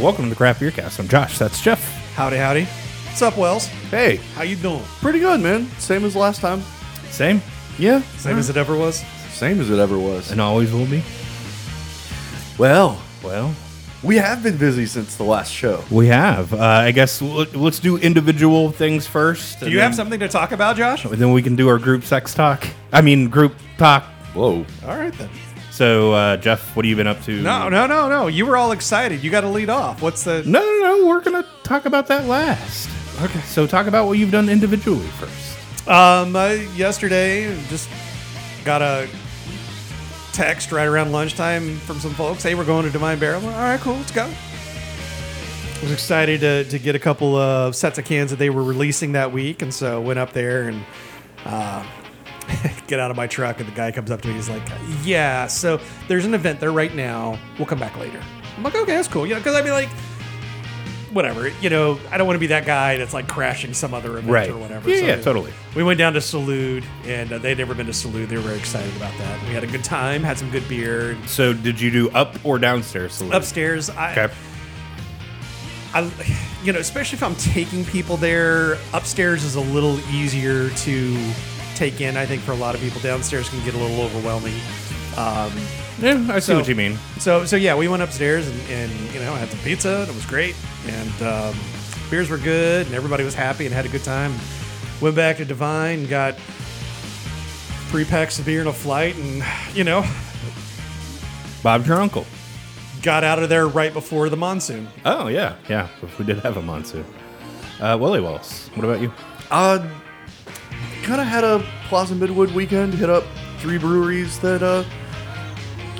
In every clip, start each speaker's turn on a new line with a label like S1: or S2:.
S1: welcome to the Craft Beer Cast. I'm Josh. That's Jeff.
S2: Howdy, howdy. What's up, Wells?
S1: Hey,
S2: How you doing?
S3: Pretty good, man. Same as last time.
S1: same
S3: Yeah,
S2: Same as it ever was.
S3: same as it ever was.
S1: and always will be.
S3: Well,
S1: Well,
S3: we have been busy since the last show.
S1: we have. Uh, I guess l- let's do individual things first.
S2: Do you have something to talk about, Josh?
S1: Then we can do our group sex talk. I mean, group talk.
S3: Whoa.
S2: All right then.
S1: So, uh, Jeff, what have you been up to?
S2: No, no, no, no. You were all excited. You got to lead off. What's the?
S1: No, no, no. We're going to talk about that last.
S2: Okay.
S1: So, talk about what you've done individually first.
S2: Um, uh, yesterday just got a text right around lunchtime from some folks. Hey, we're going to Divine Barrel. All right, cool. Let's go. I was excited to, to get a couple of sets of cans that they were releasing that week, and so went up there and uh, get out of my truck. And the guy comes up to me. He's like, "Yeah, so there's an event there right now. We'll come back later." I'm like, "Okay, that's cool." You know, because I mean, like, whatever. You know, I don't want to be that guy that's like crashing some other event
S1: Right.
S2: or whatever.
S1: Yeah, yeah, totally.
S2: We went down to Salud, and uh, they'd never been to Salud. They were very excited about that. We had a good time, had some good beer.
S1: So, did you do up or downstairs? Salute?
S2: Upstairs, I,
S1: Okay.
S2: I, you know, especially if I'm taking people there, upstairs is a little easier to take in. I think for a lot of people, downstairs can get a little overwhelming. Um,
S1: Yeah, I see
S2: So-
S1: what you mean.
S2: so, so yeah, we went upstairs and, and you know had some pizza and it was great and um, beers were good and everybody was happy and had a good time. Went back to Divine, and got three packs of beer and a flight, and you know
S1: Bob's your uncle.
S2: got out of there right before the monsoon.
S1: Oh yeah, yeah. We did have a monsoon. Uh, Willie Wallace. What about you?
S3: Uh, kind of had a Plaza Midwood weekend. Hit up three breweries that uh,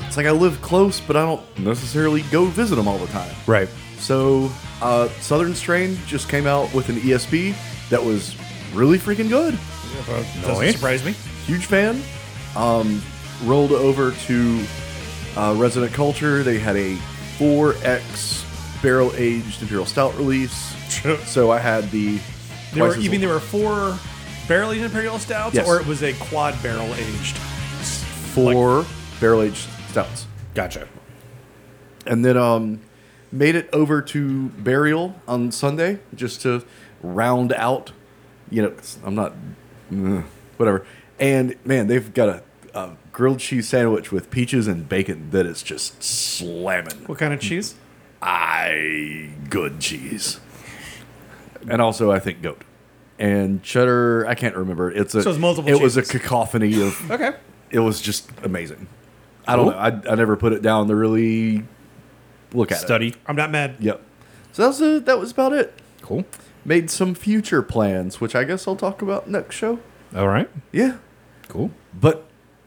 S3: it's like I live close, but I don't necessarily go visit them all the time.
S1: Right.
S3: So, uh, Southern Strain just came out with an ESP that was really freaking good.
S2: Doesn't
S1: Nice.
S2: surprise me.
S3: huge fan. Um, rolled over to uh, Resident Culture. They had a 4X barrel aged Imperial Stout release. So I had the.
S2: There were,
S3: twice as
S2: you mean
S3: old-
S2: there were four barrel aged imperial stouts,
S3: Yes.
S2: or it was a quad barrel aged?
S3: four barrel aged stouts?
S1: Gotcha.
S3: And then um, made it over to Burial on Sunday just to round out. You know, 'cause I'm not. ugh, whatever. And man, they've got a. A grilled cheese sandwich with peaches and bacon that is just slamming.
S2: What kind of cheese?
S3: I good cheese. And also, I think goat and cheddar. I can't remember. It's a.
S2: So it's multiple
S3: It was a
S2: cheeses.
S3: cacophony of.
S2: Okay.
S3: It was just amazing. I don't know. I, I never put it down to really look at it.
S1: Study.
S2: I'm not mad.
S3: Yep. So that was a, that was about it.
S1: Cool.
S3: Made some future plans, which I guess I'll talk about next show.
S1: All right.
S3: Yeah.
S1: Cool.
S3: But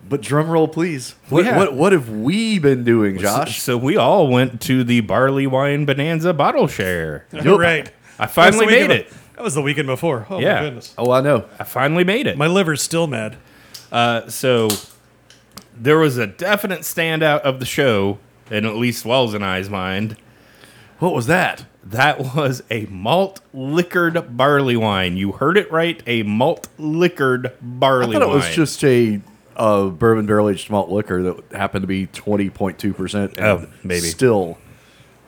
S3: but drum roll, please. What
S1: Yeah.
S3: what what have we been doing,
S1: So,
S3: Josh?
S1: so we all went to the barley wine bonanza bottle share.
S3: Oh,
S2: You're right.
S1: I finally
S2: That was the
S1: made
S2: weekend
S1: it.
S2: be- That was the weekend before. Oh
S1: Yeah.
S2: my goodness.
S3: Oh, I know.
S1: I finally made it.
S2: My liver's still mad.
S1: Uh, so there was a definite standout of the show, in at least Wells and I's mind.
S3: What was that?
S1: That was a malt liquored barley wine. You heard it right. A malt liquored barley
S3: I thought
S1: wine.
S3: it was just a uh, bourbon barrel aged malt liquor that happened to be twenty point two percent.
S1: Oh, maybe.
S3: still.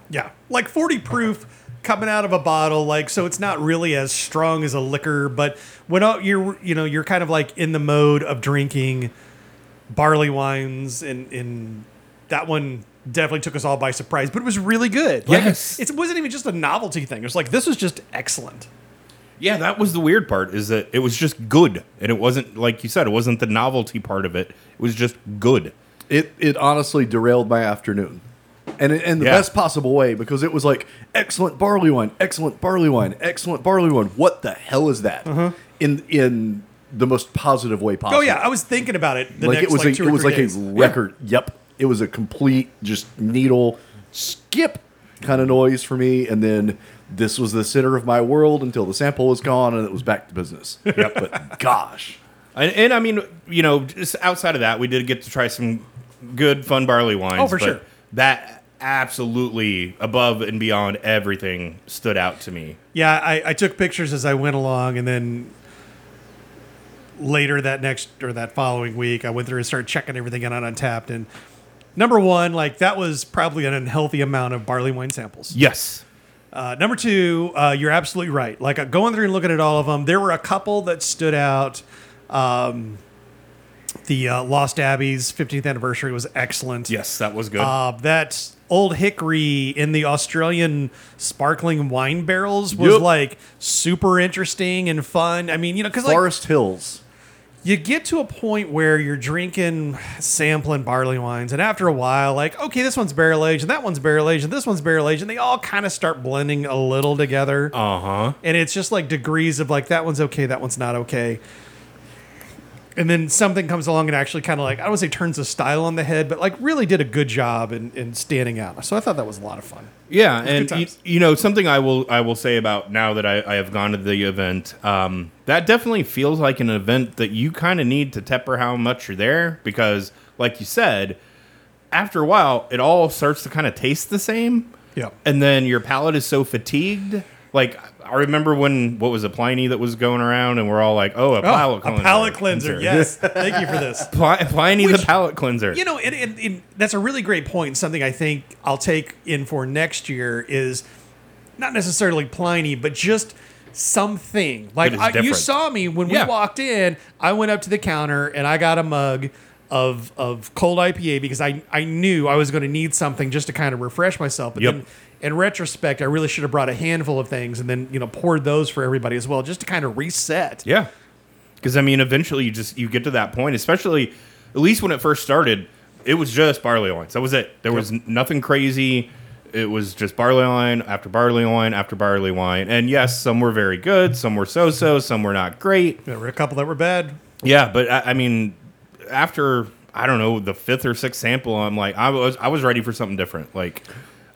S2: Yeah. Like 40 proof coming out of a bottle like so it's not really as strong as a liquor but when uh, you're you know you're kind of like in the mode of drinking barley wines and and that one definitely took us all by surprise but it was really good like,
S1: Yes.
S2: it wasn't even just a novelty thing it was like this is just excellent
S1: Yeah, that was the weird part is that it was just good. And it wasn't like you said, it wasn't the novelty part of it. It was just good.
S3: It it honestly derailed my afternoon, and in- in the
S1: Yeah.
S3: best possible way because it was like excellent barley wine, excellent barley wine, excellent barley wine. What the hell is that?
S1: Mm-hmm.
S3: In in the most positive way possible.
S2: oh yeah i was thinking about it the
S3: like
S2: next
S3: it was
S2: like
S3: a,
S2: two
S3: it
S2: or
S3: was
S2: three
S3: like
S2: days.
S3: a record. Yep, it was a complete just needle skip kind of noise for me, and then this was the center of my world until the sample was gone, and it was back to business. Yep, but gosh,
S1: And, and I mean, you know, just outside of that, we did get to try some good, fun barley wines.
S2: Oh, for
S1: but
S2: sure.
S1: That absolutely above and beyond everything stood out to me.
S2: Yeah, I, I took pictures as I went along, and then later that next or that following week, I went through and started checking everything out on Untapped, and Number one, like that was probably an unhealthy amount of barley wine samples.
S1: Yes.
S2: Uh, number two, uh, you're absolutely right. Like uh, going through and looking at all of them, there were a couple that stood out. Um, the uh, Lost Abbey's 15th anniversary was excellent.
S1: Yes, that was good.
S2: Uh, that Old Hickory in the Australian sparkling wine barrels was
S3: Yep.
S2: like super interesting and fun. I mean, you know, because like
S3: Forest Hills.
S2: you get to a point where you're drinking, sampling barley wines, and after a while, like, okay, this one's barrel aged, and that one's barrel aged, and this one's barrel aged, and they all kind of start blending a little together.
S1: Uh huh.
S2: and it's just like degrees of like, that one's okay, that one's not okay. And then something comes along and actually kind of like, I don't want to say turns the style on the head, but like really did a good job in, in standing out. So I thought that was a lot of fun.
S1: Yeah, and you,
S2: times.
S1: you know something I will I will say about now that I, I have gone to the event, um, that definitely feels like an event that you kind of need to temper how much you're there because, like you said, after a while it all starts to kind of taste the same.
S2: Yeah.
S1: and then your palate is so fatigued. Like I remember when what was it Pliny that was going around, and we're all like, "Oh, a palate
S2: a
S1: cleanser."
S2: palate cleanser. Yes. Thank you for this.
S1: Pli- Pliny
S2: Which-
S1: the palate cleanser.
S2: You know, and, and, and that's a really great point. and Something I think I'll take in for next year is not necessarily Pliny, but just something. Like
S1: is
S2: I, you
S1: different.
S2: saw me when
S1: Yeah.
S2: we walked in. I went up to the counter and I got a mug of of cold IPA because I I knew I was going to need something just to kind of refresh myself. But
S1: Yep.
S2: then in retrospect, I really should have brought a handful of things and then you know poured those for everybody as well, just to kind of reset.
S1: Yeah. Because I mean, eventually you just you get to that point, especially at least when it first started, it was just barley wines. That was it. There was n- nothing crazy. It was just barley wine after barley wine after barley wine. And yes, some were very good, some were so-so, some were not great.
S2: There were a couple that were bad.
S1: Yeah, but I, I mean, after I don't know the fifth or sixth sample, I'm like, I was I was ready for something different. Like,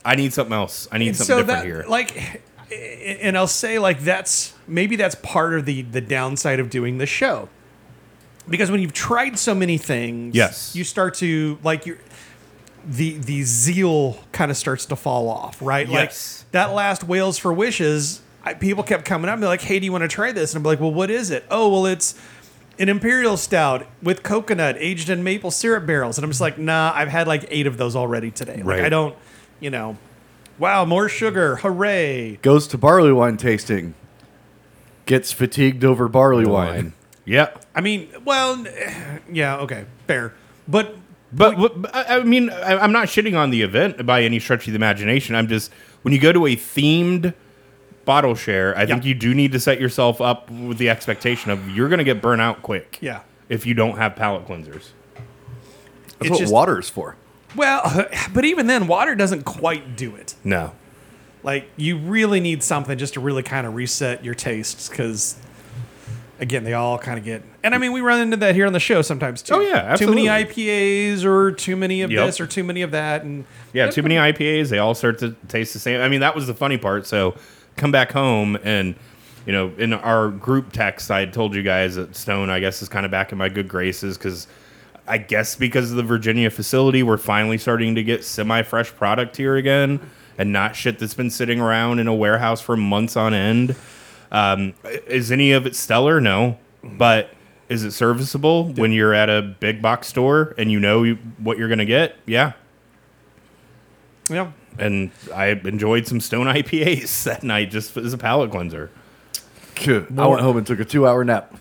S1: I need something else. I need something different
S2: that,
S1: here.
S2: Like, and I'll say like that's maybe that's part of the the downside of doing the show, because when you've tried so many things,
S1: Yes.
S2: you start to like your the the zeal kind of starts to fall off, right?
S1: Yes.
S2: Like that last Whales for Wishes, I, people kept coming up and be like, "Hey, do you want to try this?" And I'm like, "Well, what is it?" Oh, well, it's an imperial stout with coconut aged in maple syrup barrels, and I'm just like, "Nah, I've had like eight of those already today. Like,
S1: Right.
S2: I don't, you know." Wow, more sugar! Hooray!
S3: Goes to barley wine tasting. Gets fatigued over barley wine.
S1: yeah.
S2: I mean, well, yeah, okay, fair, but
S1: But, but- but I I mean, I, I'm not shitting on the event by any stretch of the imagination. I'm just when you go to a themed bottle share, I think you do need to set yourself up with the expectation of you're going to get burnt out quick.
S2: yeah.
S1: If you don't have palate cleansers.
S3: That's
S2: It's
S3: what
S2: just-
S3: water's for.
S2: Well, but even then, water doesn't quite do it.
S1: No.
S2: Like you really need something just to really kind of reset your tastes because again, they all kind of get. And I mean, we run into that here on the show sometimes too.
S1: Oh, yeah,
S2: Too many
S1: absolutely.
S2: IPAs or too many of
S1: Yep.
S2: this or too many of that and
S1: Yeah, too many IPAs, they all start to taste the same. I mean, that was the funny part. So come back home and you know, in our group text, I had told you guys that Stone, I guess, is kind of back in my good graces because I guess because of the Virginia facility, we're finally starting to get semi fresh product here again and not shit that's been sitting around in a warehouse for months on end. Um, i- is any of it stellar? No. But is it serviceable when you're at a big box store and you know you, what you're going to get? Yeah
S2: yeah.
S1: and I enjoyed some Stone IPAs that night just as a palate cleanser.
S3: I went home and took a two hour nap.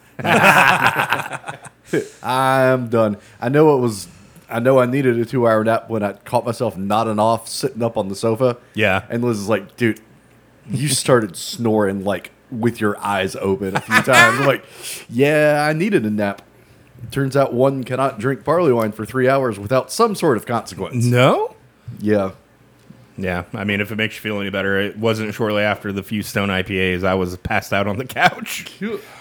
S3: I'm done. I know it was. I know I needed a two hour nap when I caught myself nodding off, sitting up on the sofa.
S1: Yeah.
S3: And Liz is like, dude, you started snoring like with your eyes open a few times. I'm like, yeah, I needed a nap. Turns out one cannot drink barley wine for three hours without some sort of consequence.
S1: No.
S3: Yeah.
S1: Yeah, I mean, if it makes you feel any better, it wasn't shortly after the few Stone IPAs I was passed out on the couch.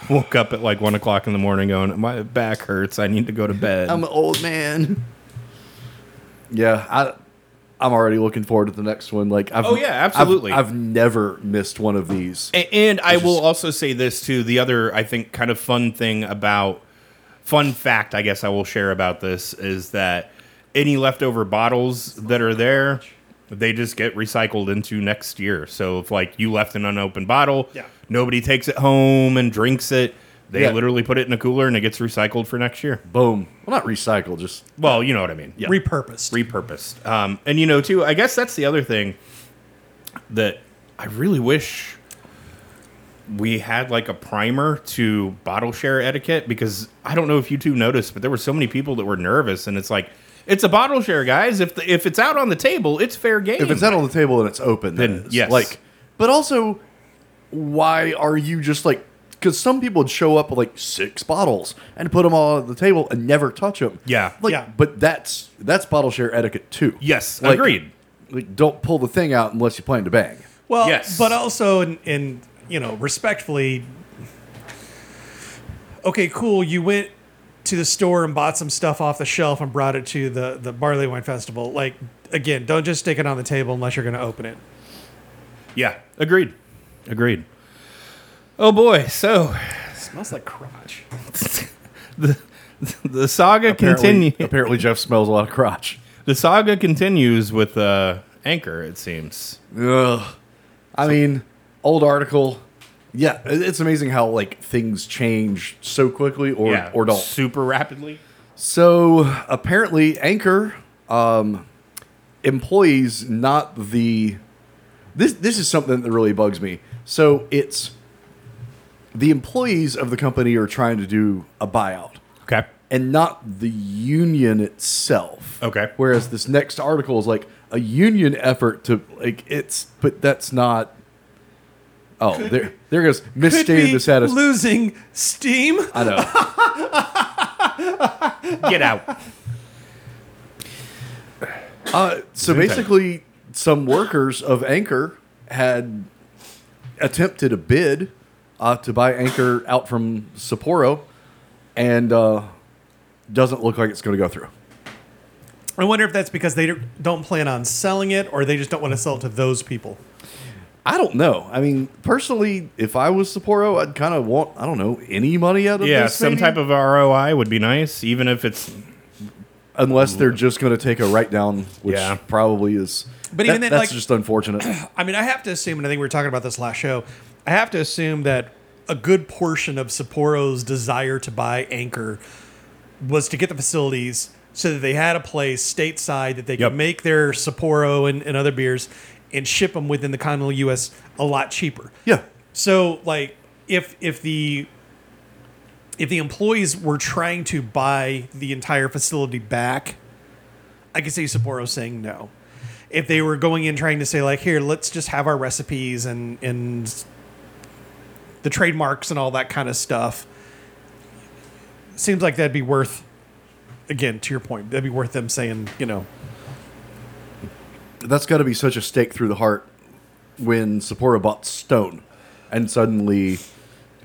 S1: Woke up at like one o'clock in the morning, going, "My back hurts. I need to go to bed."
S3: I'm an old man. Yeah, I I'm already looking forward to the next one. Like I've
S1: Oh, yeah,
S3: I've-
S1: absolutely.
S3: I've, never missed one of these.
S1: A- And I will
S3: just-
S1: also say this too. The other, I think, kind of fun thing about fun fact, I guess I will share about this is that any leftover bottles that are there, they just get recycled into next year. So if like you left an unopened bottle,
S2: Yeah.
S1: nobody takes it home and drinks it. They
S3: Yeah.
S1: literally put it in a cooler and it gets recycled for next year.
S3: Boom. Well, not recycle, just
S1: Well, you know what I mean. Yeah.
S2: repurposed.
S1: repurposed. Um, and you know, too, I guess that's the other thing that I really wish we had like a primer to bottle share etiquette because I don't know if you two noticed, but there were so many people that were nervous, and it's like it's a bottle share, guys. If the, if it's out on the table, it's fair game.
S3: if it's out on the table and it's open, then,
S1: Then,
S3: it's,
S1: yes.
S3: Like, but also, why are you just like? Because some people would show up with like six bottles and put them all on the table and never touch them.
S1: Yeah.
S3: like,
S2: Yeah.
S3: But that's that's bottle share etiquette too.
S1: Yes,
S3: Like-
S1: agreed.
S3: Like, don't pull the thing out unless you plan to bang.
S2: Well,
S1: Yes.
S2: but also in, in you know respectfully. Okay, cool. You went to the store and bought some stuff off the shelf and brought it to the the barley wine festival. Like again, don't just stick it on the table unless you're going to open it.
S1: Yeah, agreed, agreed. Oh boy, so
S2: smells like crotch.
S1: the the saga
S3: Apparently,
S1: continues.
S3: apparently Jeff smells a lot of crotch.
S1: The saga continues with uh, Anchor, it seems.
S3: Ugh. I mean, old article. Yeah, it- it's amazing how like things change so quickly or or don't.
S1: super rapidly.
S3: So apparently, Anchor um, employees not the this this is something that really bugs me. So it's the employees of the company are trying to do a buyout
S1: Okay.
S3: and not the union itself.
S1: Okay.
S3: Whereas this next article is like a union effort to like it's but that's not Oh, there there goes misstated the status.
S2: losing steam.
S3: I know.
S1: Get out.
S3: Uh, so
S1: Zoom time.
S3: basically, some workers of Anchor had attempted a bid uh, to buy Anchor out from Sapporo, and uh, doesn't look like it's going to go through.
S2: I wonder if that's because they don't plan on selling it or they just don't want to sell it to those people.
S3: I don't know. I mean, personally, if I was Sapporo, I'd kind of want I don't know any money out of
S1: yeah,
S3: this.
S1: some
S3: maybe?
S1: type of ROI would be nice, even if it's
S3: unless they're just going to take a write down, which
S1: Yeah.
S3: probably is.
S2: But
S3: But
S2: even
S3: even
S2: then, like-
S3: that's just unfortunate.
S2: I mean, I have to assume, and I think we were talking about this last show, I have to assume that a good portion of Sapporo's desire to buy Anchor was to get the facilities so that they had a place stateside that they
S1: Yep.
S2: could make their Sapporo and, and other beers and ship them within the continental U.S. a lot cheaper.
S3: yeah,
S2: So like if if the if the employees were trying to buy the entire facility back, I could see Sapporo saying no. If they were going in trying to say like here, let's just have our recipes and and the trademarks and all that kind of stuff. Seems like that'd be worth again, to your point, that'd be worth them saying, you know,
S3: that's got to be such a stake through the heart when Sapporo bought Stone, and suddenly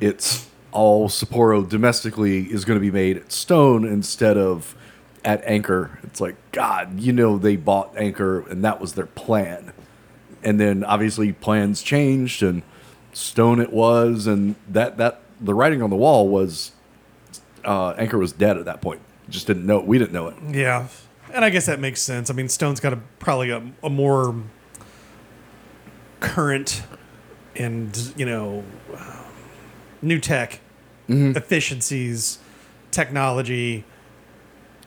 S3: it's all Sapporo domestically is going to be made at Stone instead of at Anchor. It's like God, you know, they bought Anchor and that was their plan, and then obviously plans changed and Stone it was, and that that the writing on the wall was uh, Anchor was dead at that point. Just didn't know we didn't know it.
S2: Yeah, and I guess that makes sense. I mean, Stone's got a probably a, a more current and you know um, new tech
S3: Mm-hmm.
S2: efficiencies, technology.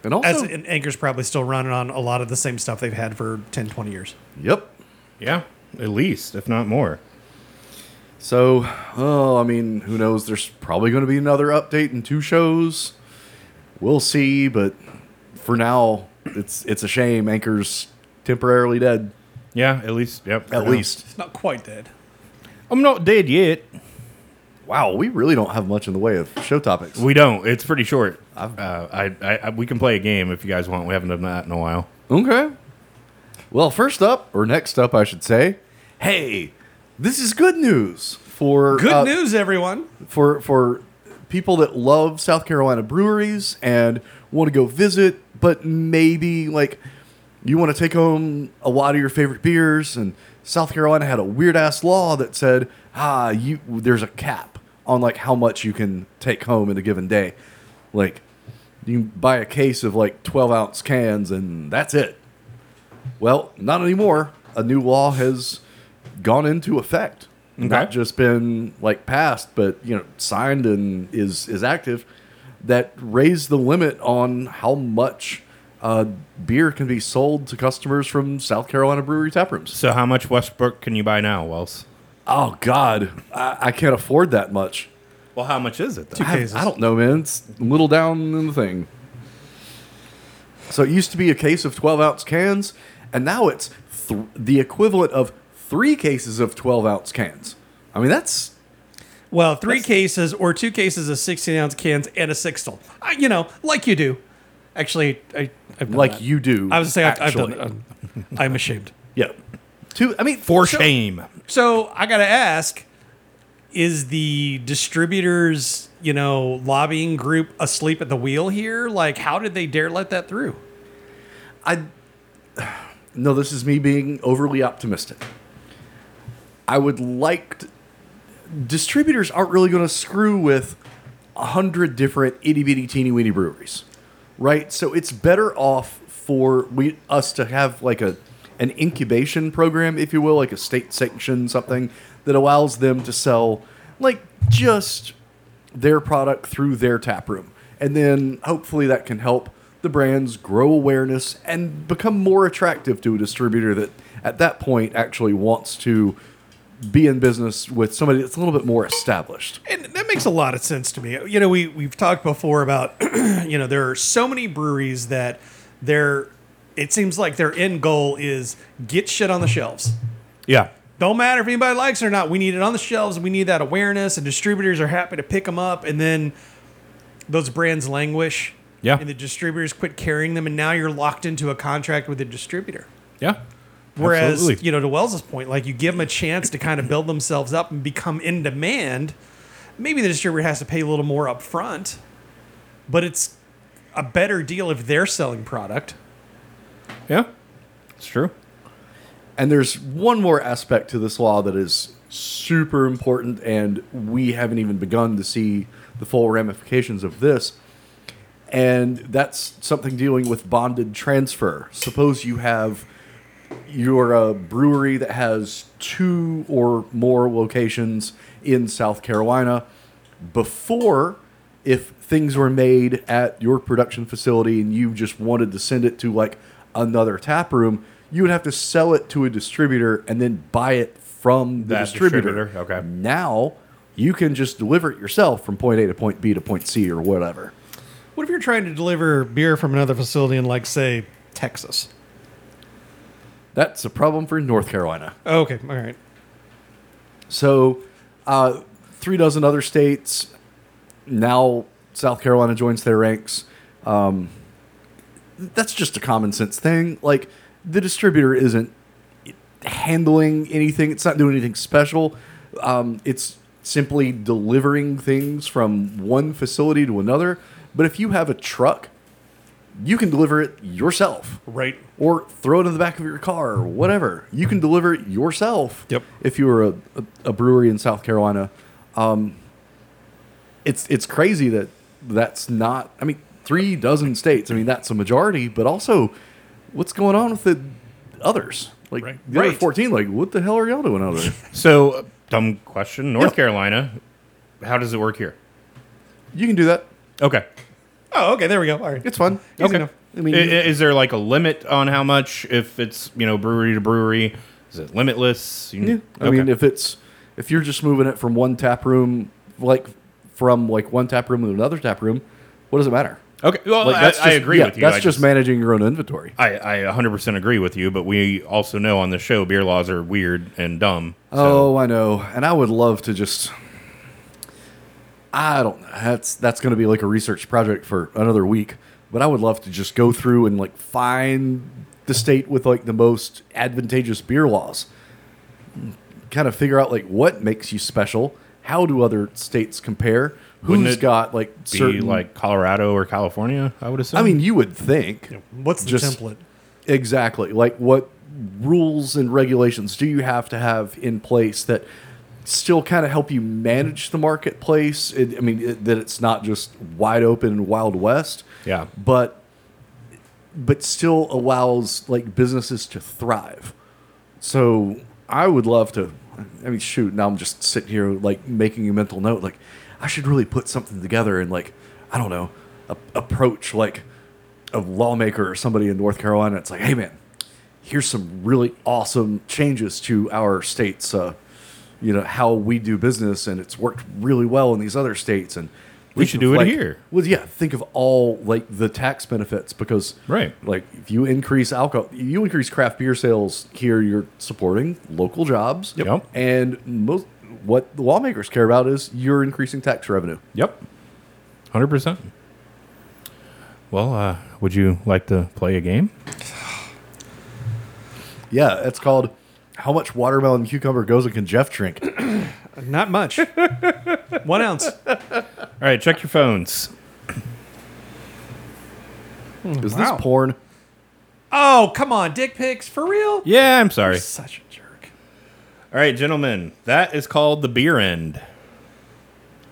S3: And also,
S2: As and Anchor's probably still running on a lot of the same stuff they've had for 10, 20 years.
S3: yep,
S1: yeah, at least if not more.
S3: So, oh, I mean, who knows? There's probably going to be another update in two shows. We'll see, but for now, it's it's a shame. Anchor's temporarily dead,
S1: Yeah, at least. Yep.
S3: at
S1: for now.
S3: least.
S2: It's not quite dead.
S1: I'm not dead yet.
S3: Wow, we really don't have much in the way of show topics.
S1: We don't. It's pretty short. Uh, I, I, I, we can play a game if you guys want. We haven't done that in a while.
S3: Okay. Well, first up, or next up, I should say, hey, this is good news for
S2: Good
S3: uh,
S2: news, everyone.
S3: for for people that love South Carolina breweries and want to go visit, but maybe like you want to take home a lot of your favorite beers. And South Carolina had a weird ass law that said, ah, you there's a cap on like how much you can take home in a given day. Like you can buy a case of like twelve ounce cans and that's it. Well, not anymore. A new law has gone into effect
S1: Okay.
S3: not just been like passed, but you know signed and is is active, that raise the limit on how much uh, beer can be sold to customers from South Carolina brewery tap rooms.
S1: So how much Westbrook can you buy now, Wells?
S3: Oh God, I, I can't afford that much.
S1: Well, how much is it? Though?
S3: I, I don't know, man. It's a little down in the thing. So it used to be a case of 12 ounce cans, and now it's th- the equivalent of three cases of 12 ounce cans. I mean, that's
S2: Well, three cases or two cases of 16 ounce cans and a sixtel. I, you know, like you do. Actually, I, I've done
S3: like
S2: that.
S3: you do.
S2: I was saying I've, I've done
S3: actually.
S2: that. I'm, I'm ashamed.
S3: Yeah. Two, I mean,
S1: For
S3: so-
S1: shame.
S2: So I got to ask is the distributors, you know, lobbying group asleep at the wheel here? Like, how did they dare let that through?
S3: I no, this is me being overly optimistic. I would like to, distributors aren't really going to screw with a hundred different itty bitty teeny weeny breweries, right? So it's better off for we us to have like a an incubation program, if you will, like a state section something that allows them to sell like just their product through their tap room. And then hopefully that can help the brands grow awareness and become more attractive to a distributor that at that point actually wants to be in business with somebody that's a little bit more established.
S2: And that makes a lot of sense to me. You know, we we've talked before about you know there are so many breweries that their it seems like their end goal is get shit on the shelves.
S1: Yeah.
S2: Don't matter if anybody likes it or not. We need it on the shelves. We need that awareness, and distributors are happy to pick them up. And then those brands languish.
S1: Yeah.
S2: And the distributors quit carrying them, and now you're locked into a contract with a distributor.
S1: Yeah.
S2: Whereas,
S1: Absolutely.
S2: you know, to Wells's point, like you give them a chance to kind of build themselves up and become in demand. Maybe the distributor has to pay a little more up front, but it's a better deal if they're selling product.
S1: Yeah. It's true.
S3: And there's one more aspect to this law that is super important, and we haven't even begun to see the full ramifications of this. And that's something dealing with bonded transfer. Suppose you have you're a brewery that has two or more locations in South Carolina. Before, if things were made at your production facility and you just wanted to send it to like another tap room, you would have to sell it to a distributor and then buy it from the
S1: That
S3: distributor.
S1: distributor, okay.
S3: Now you can just deliver it yourself from point A to point B to point C or whatever.
S2: What if you're trying to deliver beer from another facility in, like, say, Texas?
S3: That's a problem for North Carolina.
S2: Okay, all right.
S3: So, uh, three dozen other states. Now, South Carolina joins their ranks. Um, that's just a common sense thing. Like, the distributor isn't handling anything, it's not doing anything special. Um, it's simply delivering things from one facility to another. But if you have a truck, you can deliver it yourself
S2: Right.
S3: or throw it in the back of your car or whatever. You can deliver it yourself.
S2: Yep.
S3: If you were a, a, a brewery in South Carolina, um, it's it's crazy that that's not. I mean, three dozen states. I mean, that's a majority. But also, what's going on with the others? Like
S2: Right.
S3: the other
S2: Right.
S3: fourteen. Like, what the hell are y'all doing out there?
S1: So uh, dumb question. North Carolina, how does it work here?
S3: you can do that.
S1: Okay.
S2: Oh, okay, there we go. All right.
S3: It's fun.
S2: Easy enough.
S3: I mean,
S1: I- i-
S3: you-
S1: is there like a limit on how much if it's, you know, brewery to brewery? Is it limitless? You-
S3: Yeah. I
S1: Okay.
S3: mean, if it's if you're just moving it from one tap room, like from like one tap room to another tap room, what does it matter?
S1: Okay. Well,
S3: Like
S1: Oh, I,
S3: that's
S1: I
S3: just-
S1: agree
S3: yeah,
S1: with you.
S3: That's
S1: I
S3: just, managing your own inventory.
S1: I, I 100% agree with you, but we also know on the show beer laws are weird and dumb.
S3: Oh, I know, and I would love to just. I don't know. That's that's going to be like a research project for another week. But I would love to just go through and like find the state with like the most advantageous beer laws. Kind of figure out like what makes you special. How do other states compare?
S1: Wouldn't
S3: Who's
S1: it
S3: got like
S1: be
S3: certain
S1: like Colorado or California, I would assume.
S3: I mean, you would think.
S2: What's the
S3: Just-
S2: template?
S3: Exactly. Like what rules and regulations do you have to have in place that still kind of help you manage the marketplace? It, I mean, it, that it's not just wide open and wild west.
S1: Yeah.
S3: But but still allows like businesses to thrive. So I would love to I mean, shoot, now I'm just sitting here like making a mental note, like I should really put something together and like I don't know, a- approach like a lawmaker or somebody in North Carolina. It's like, hey man, here's some really awesome changes to our states. Uh, you know how we do business, and it's worked really well in these other states, and
S1: We
S3: think
S1: should
S3: of,
S1: do it
S3: like-
S1: here.
S3: Well, yeah, think of all like the tax benefits because
S1: Right.
S3: like if you increase alcohol, you increase craft beer sales here, you're supporting local jobs.
S1: Yep.
S3: And most what the lawmakers care about is you're increasing tax revenue.
S1: Yep. 100%. Well, uh, would you like to play a game?
S3: Yeah, it's called how much watermelon cucumber goes in can Jeff drink?
S2: Not much. One ounce.
S1: All right, check your phones.
S3: Is
S2: Wow.
S3: this porn?
S2: Oh, come on. Dick pics? For real?
S1: Yeah, I'm sorry.
S2: Such a jerk.
S1: All right, gentlemen, that is called the beer end.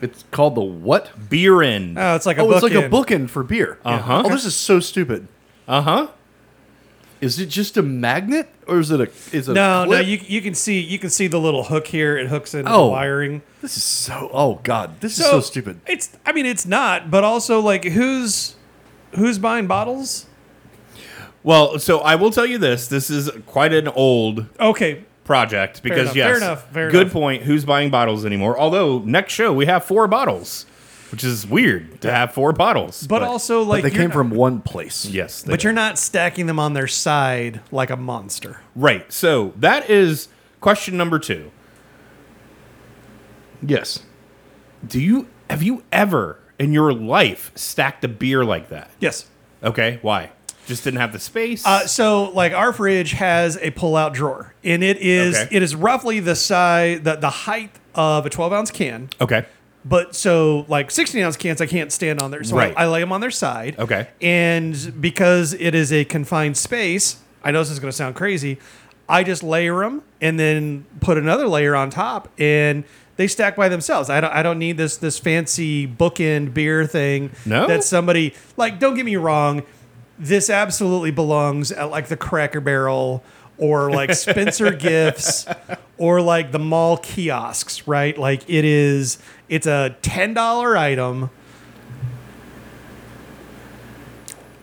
S3: It's called the what?
S1: Beer end.
S2: Oh, it's like a
S3: oh,
S2: book.
S3: it's like a bookend for beer.
S1: Uh-huh.
S3: Oh, this is so stupid.
S1: Uh huh.
S3: Is it just a magnet or is it a is it
S2: No,
S3: a
S2: no,
S3: clip?
S2: you you can see you can see the little hook here. It hooks into
S3: Oh.
S2: the wiring.
S3: This is so oh god, this is so stupid.
S2: It's I mean it's not, but also like who's who's buying bottles?
S1: Well, so I will tell you this this is quite an old
S2: Okay,
S1: project because,
S2: enough,
S1: yes,
S2: fair enough, fair
S1: good
S2: enough.
S1: point. Who's buying bottles anymore? Although, next show, we have four bottles, which is weird to have four bottles.
S2: but, also like
S3: they
S2: you're
S3: came
S2: not-
S3: from one place.
S1: yes, they
S2: but you're not stacking them on their side like a monster.
S1: Right. So that is question number two.
S3: Yes.
S1: Do you have you ever in your life stacked a beer like that?
S2: Yes.
S1: Okay, why? Just didn't have the space.
S2: Uh, so like our fridge has a pull-out drawer, and it is
S1: Okay.
S2: it is roughly the size the, the height of a 12 ounce can.
S1: okay,
S2: But so like 16 ounce cans, I can't stand on there. So
S1: Right.
S2: I, I lay them on their side.
S1: Okay.
S2: And because it is a confined space, I know this is going to sound crazy. I just layer them and then put another layer on top and they stack by themselves. I don't, I don't need this this fancy bookend beer thing
S1: No?
S2: that somebody like don't get me wrong, this absolutely belongs at like the Cracker Barrel or like Spencer Gifts or like the mall kiosks, right? Like it is it's a $10 item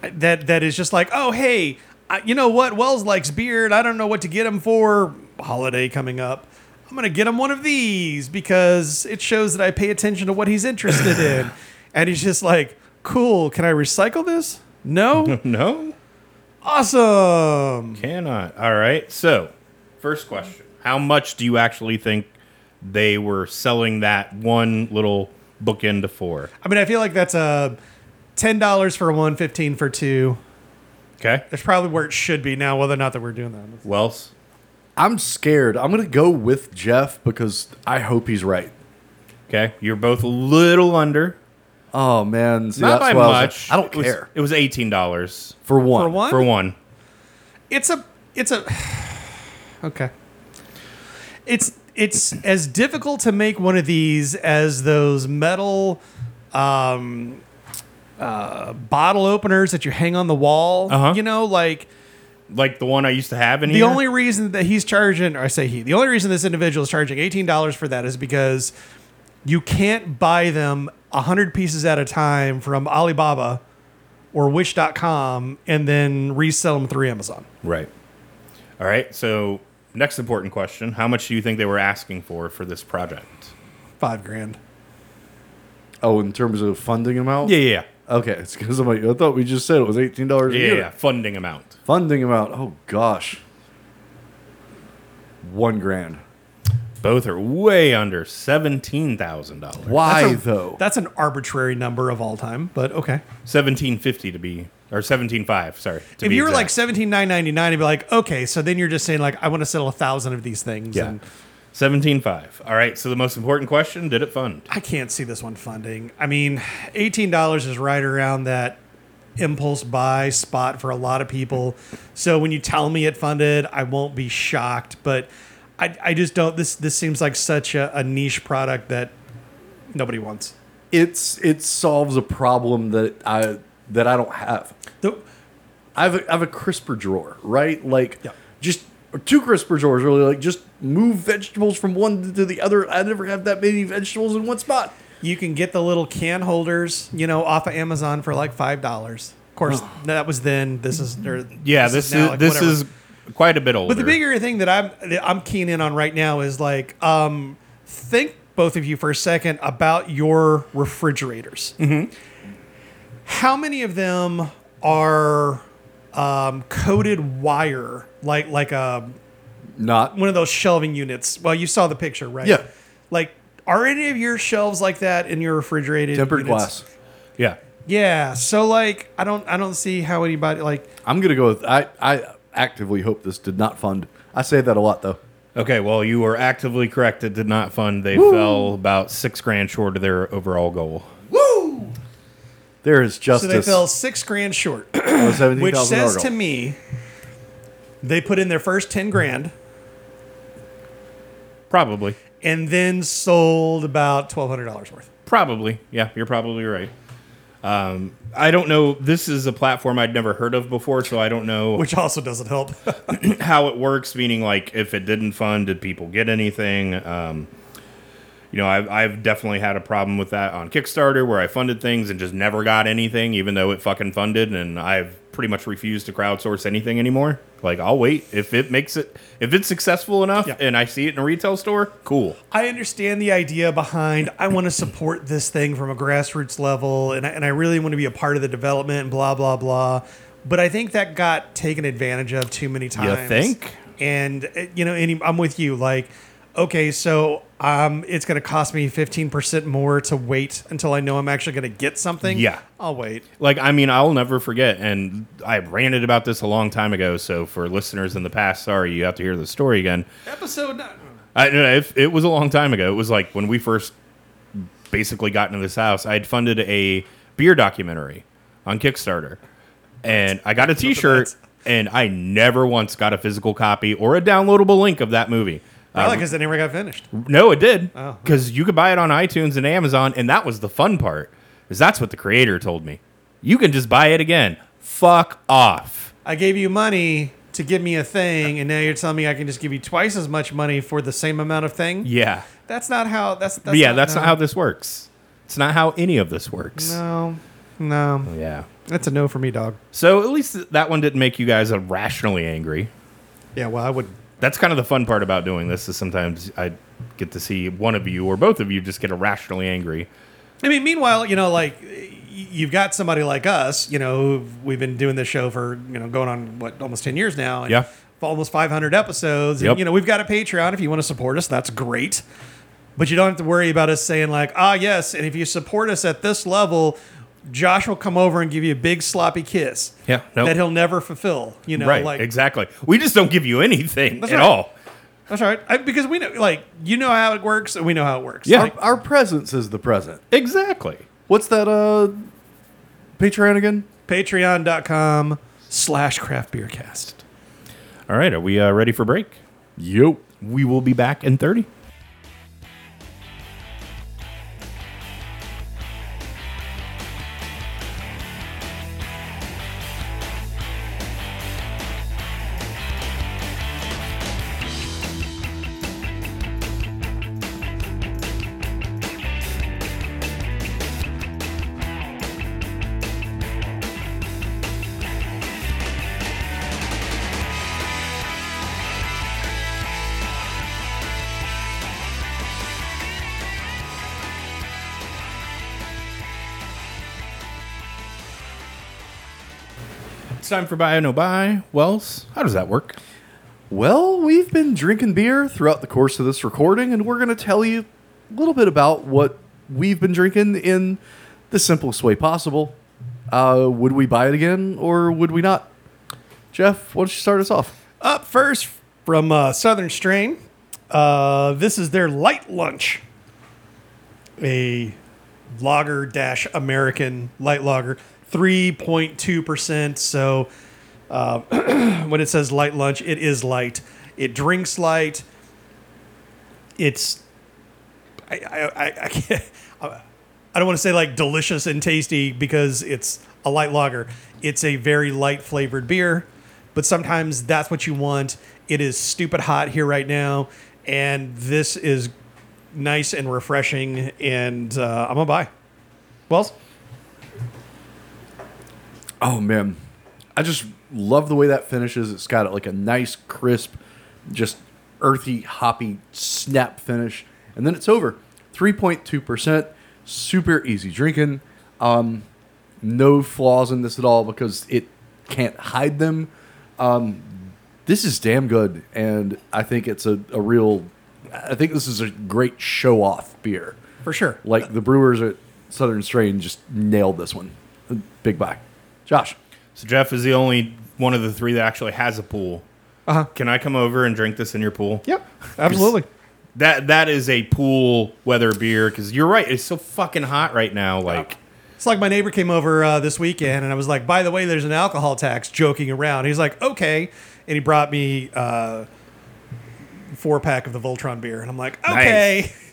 S2: that that is just like, "Oh, hey, I, you know what? Wells likes beer, and I don't know what to get him for holiday coming up." I'm going to get him one of these because it shows that I pay attention to what he's interested in. And he's just like, "Cool, can I recycle this?" No.
S1: no,
S2: awesome.
S1: cannot. All right. So, first question: How much do you actually think they were selling that one little bookend for?
S2: I mean, I feel like that's a ten dollars for one, fifteen for two.
S1: Okay,
S2: That's probably where it should be now. Whether or not that we're doing that,
S1: Wells.
S3: I'm scared. I'm gonna go with Jeff because I hope he's right.
S1: Okay, you're both a little under.
S3: Oh man, See,
S1: Not
S3: that's
S1: by
S3: why I was like,
S1: much.
S3: I don't
S1: It was-
S3: care
S1: It was eighteen dollars
S3: for one.
S2: For one?
S1: for one.
S2: it's a, it's a, okay. It's it's as difficult to make one of these as those metal um, uh, bottle openers that you hang on the wall.
S1: Uh-huh.
S2: You know, like
S1: Like the one I used to have in
S2: The
S1: here.
S2: only reason that he's charging, or I say he, the only reason this individual is charging eighteen dollars for that is because you can't buy them hundred pieces at a time from Alibaba or Wish.com and then resell them through Amazon.
S1: Right. All right. So, next important question: How much do you think they were asking for for this project?
S2: Five grand.
S3: Oh, in terms of funding amount.
S1: Yeah, yeah,
S3: Okay, it's because I'm like I thought we just said it was eighteen dollars
S1: yeah.
S3: a
S1: yeah,
S3: year.
S1: yeah. Funding amount.
S3: Funding amount. Oh gosh. One grand.
S1: Both are way under seventeen thousand dollars.
S3: Why
S2: That's a-
S3: though?
S2: That's an arbitrary number of all time, but okay.
S1: Seventeen fifty to be, or seventeen five. Sorry. to
S2: if
S1: be
S2: you were like
S1: exact.
S2: seventeen nine ninety nine, you'd be like, okay, so then you're just saying like, I want to sell a thousand of these things.
S1: yeah,
S2: And
S1: seventeen five. All right. So the most important question: Did it fund?
S2: I can't see this one funding. I mean, eighteen dollars is right around that impulse buy spot for a lot of people. So when you tell me it funded, I won't be shocked. But I, I just don't. This this seems like such a, a niche product that nobody wants.
S3: It's it solves a problem that I that I don't have.
S2: The-
S3: I have a, I have a crisper drawer, right? Like,
S2: Yeah.
S3: just or two crispers or really like just move vegetables from one to the other. I never have that many vegetables in one spot.
S2: You can get the little can holders, you know, off of Amazon for like five dollars. Of course, that was then. This is or
S1: Yeah, this,
S2: now,
S1: is
S2: like,
S1: this
S2: whatever.
S1: is quite a bit older.
S2: But the bigger thing that I'm that I'm keen in on right now is like, um, think both of you for a second about your refrigerators.
S3: Mm-hmm.
S2: How many of them are um, coated wire, like like a
S3: Not
S2: one of those shelving units? Well, you saw the picture, right?
S3: Yeah.
S2: Like, are any of your shelves like that in your refrigerated
S3: tempered
S2: units?
S3: glass.
S1: yeah,
S2: Yeah. So like, I don't I don't see how anybody like
S3: I'm gonna go with I. I actively hope this did not fund. I say that a lot though.
S1: Okay, well, you were actively correct. It did not fund. They fell about six grand short of their overall goal.
S3: There is
S2: so
S3: justice.
S2: they fell six grand short.
S3: on a $17,000
S2: Which says
S3: goal.
S2: to me, they put in their first 10 grand
S1: Probably.
S2: and then sold about $1,200 worth.
S1: Probably. Yeah, you're probably right. Um, I don't know. This is a platform I'd never heard of before, so I don't know
S2: Which also doesn't help.
S1: how it works. Meaning, like, if it didn't fund, did people get anything? Um, you know, I've, I've definitely had a problem with that on Kickstarter, where I funded things and just never got anything, even though it fucking funded. And I've pretty much refused to crowdsource anything anymore. Like, I'll wait if it makes it, if it's successful enough,
S2: Yeah.
S1: and I see it in a retail store, cool.
S2: I understand the idea behind I want to support this thing from a grassroots level and I, and I really want to be a part of the development and blah, blah, blah. But I think that got taken advantage of too many times.
S1: think?
S2: And, uh, you know, any, I'm with you. Like, okay, so um, it's going to cost me 15% more to wait until I know I'm actually going to get something.
S1: Yeah.
S2: I'll wait.
S1: like I mean, I'll never forget, and I ranted about this a long time ago. So for listeners in the past, sorry, you have to hear the story again.
S2: Episode nine.
S1: I no, no, if, it was a long time ago. It was like when we first basically got into this house. I had funded a beer documentary on Kickstarter, and I got a T-shirt, and I never once got a physical copy or a downloadable link of that movie. Uh,
S2: Probably because they never got finished.
S1: no, it did.
S2: Oh.
S1: Because you could buy it on iTunes and Amazon, and that was the fun part. Is that's what the creator told me. You can just buy it again. Fuck off.
S2: I gave you money to give me a thing, and now you're telling me I can just give you twice as much money for the same amount of thing.
S1: Yeah.
S2: That's not how. That's, that's
S1: But yeah,
S2: not,
S1: that's
S2: no.
S1: not how this works. It's not how any of this works.
S2: No, no,
S1: Yeah.
S2: that's a no for me, dog.
S1: So at least th- that one didn't make you guys irrationally angry.
S2: Yeah, well, I would.
S1: That's kind of the fun part about doing this is sometimes I get to see one of you or both of you just get irrationally angry.
S2: I mean, meanwhile, you know, like y- you've got somebody like us, you know, who we've been doing this show for you know going on what almost ten years now. And
S1: Yeah.
S2: for almost five hundred episodes.
S1: Yep.
S2: And, you know, we've got a Patreon if you want to support us. That's great. But you don't have to worry about us saying like, ah, yes, and if you support us at this level, Josh will come over and give you a big sloppy kiss.
S1: Yeah, nope.
S2: that he'll never fulfill. You know,
S1: right.
S2: like
S1: exactly. We just don't give you anything at
S2: That's right.
S1: all.
S2: that's all right I, because we know, like, you know how it works, and we know how it works.
S1: Yeah.
S2: Like,
S3: Our presence is the present.
S1: Exactly.
S3: What's that uh Patreon again?
S2: patreon.com slash craftbeercast.
S1: All right. Are we uh, ready for break?
S3: Yo.
S1: We will be back in 30. It's time for buy or no buy. Wells, how does that work?
S3: Well, we've been drinking beer throughout the course of this recording, and we're going to tell you a little bit about what we've been drinking in the simplest way possible. Uh, would we buy it again, or would we not? Jeff, why don't you start us off?
S2: Up first from uh, Southern Strain, uh, this is their light lunch, a lager dash American light lager, three point two percent. So uh, when it says light lunch, it is light. It drinks light. It's I I, I, I can't. I don't want to say like delicious and tasty because it's a light lager. It's a very light flavored beer, but sometimes that's what you want. It is stupid hot here right now, and this is nice and refreshing. And uh, I'm gonna buy. Wells,
S3: Oh man, I just love the way that finishes. It's got like a nice, crisp, just earthy, hoppy snap finish, and then it's over. Three point two percent, super easy drinking. Um, no flaws in this at all because it can't hide them. Um, This is damn good, and I think it's a, a real. I think this is a great show off beer.
S2: for sure.
S3: Like the brewers at Southern Strain just nailed this one. Big buy, Josh.
S1: So Jeff is the only one of the three that actually has a pool.
S2: Uh-huh.
S1: Can I come over and drink this in your pool?
S2: Yep, absolutely.
S1: That that is a pool weather beer because you're right. It's so fucking hot right now. Like
S2: It's like my neighbor came over uh, this weekend, and I was like, "By the way, there's an alcohol tax." Joking around, he's like, "Okay," and he brought me uh, four pack of the Voltron beer, and I'm like, "Okay,
S1: nice.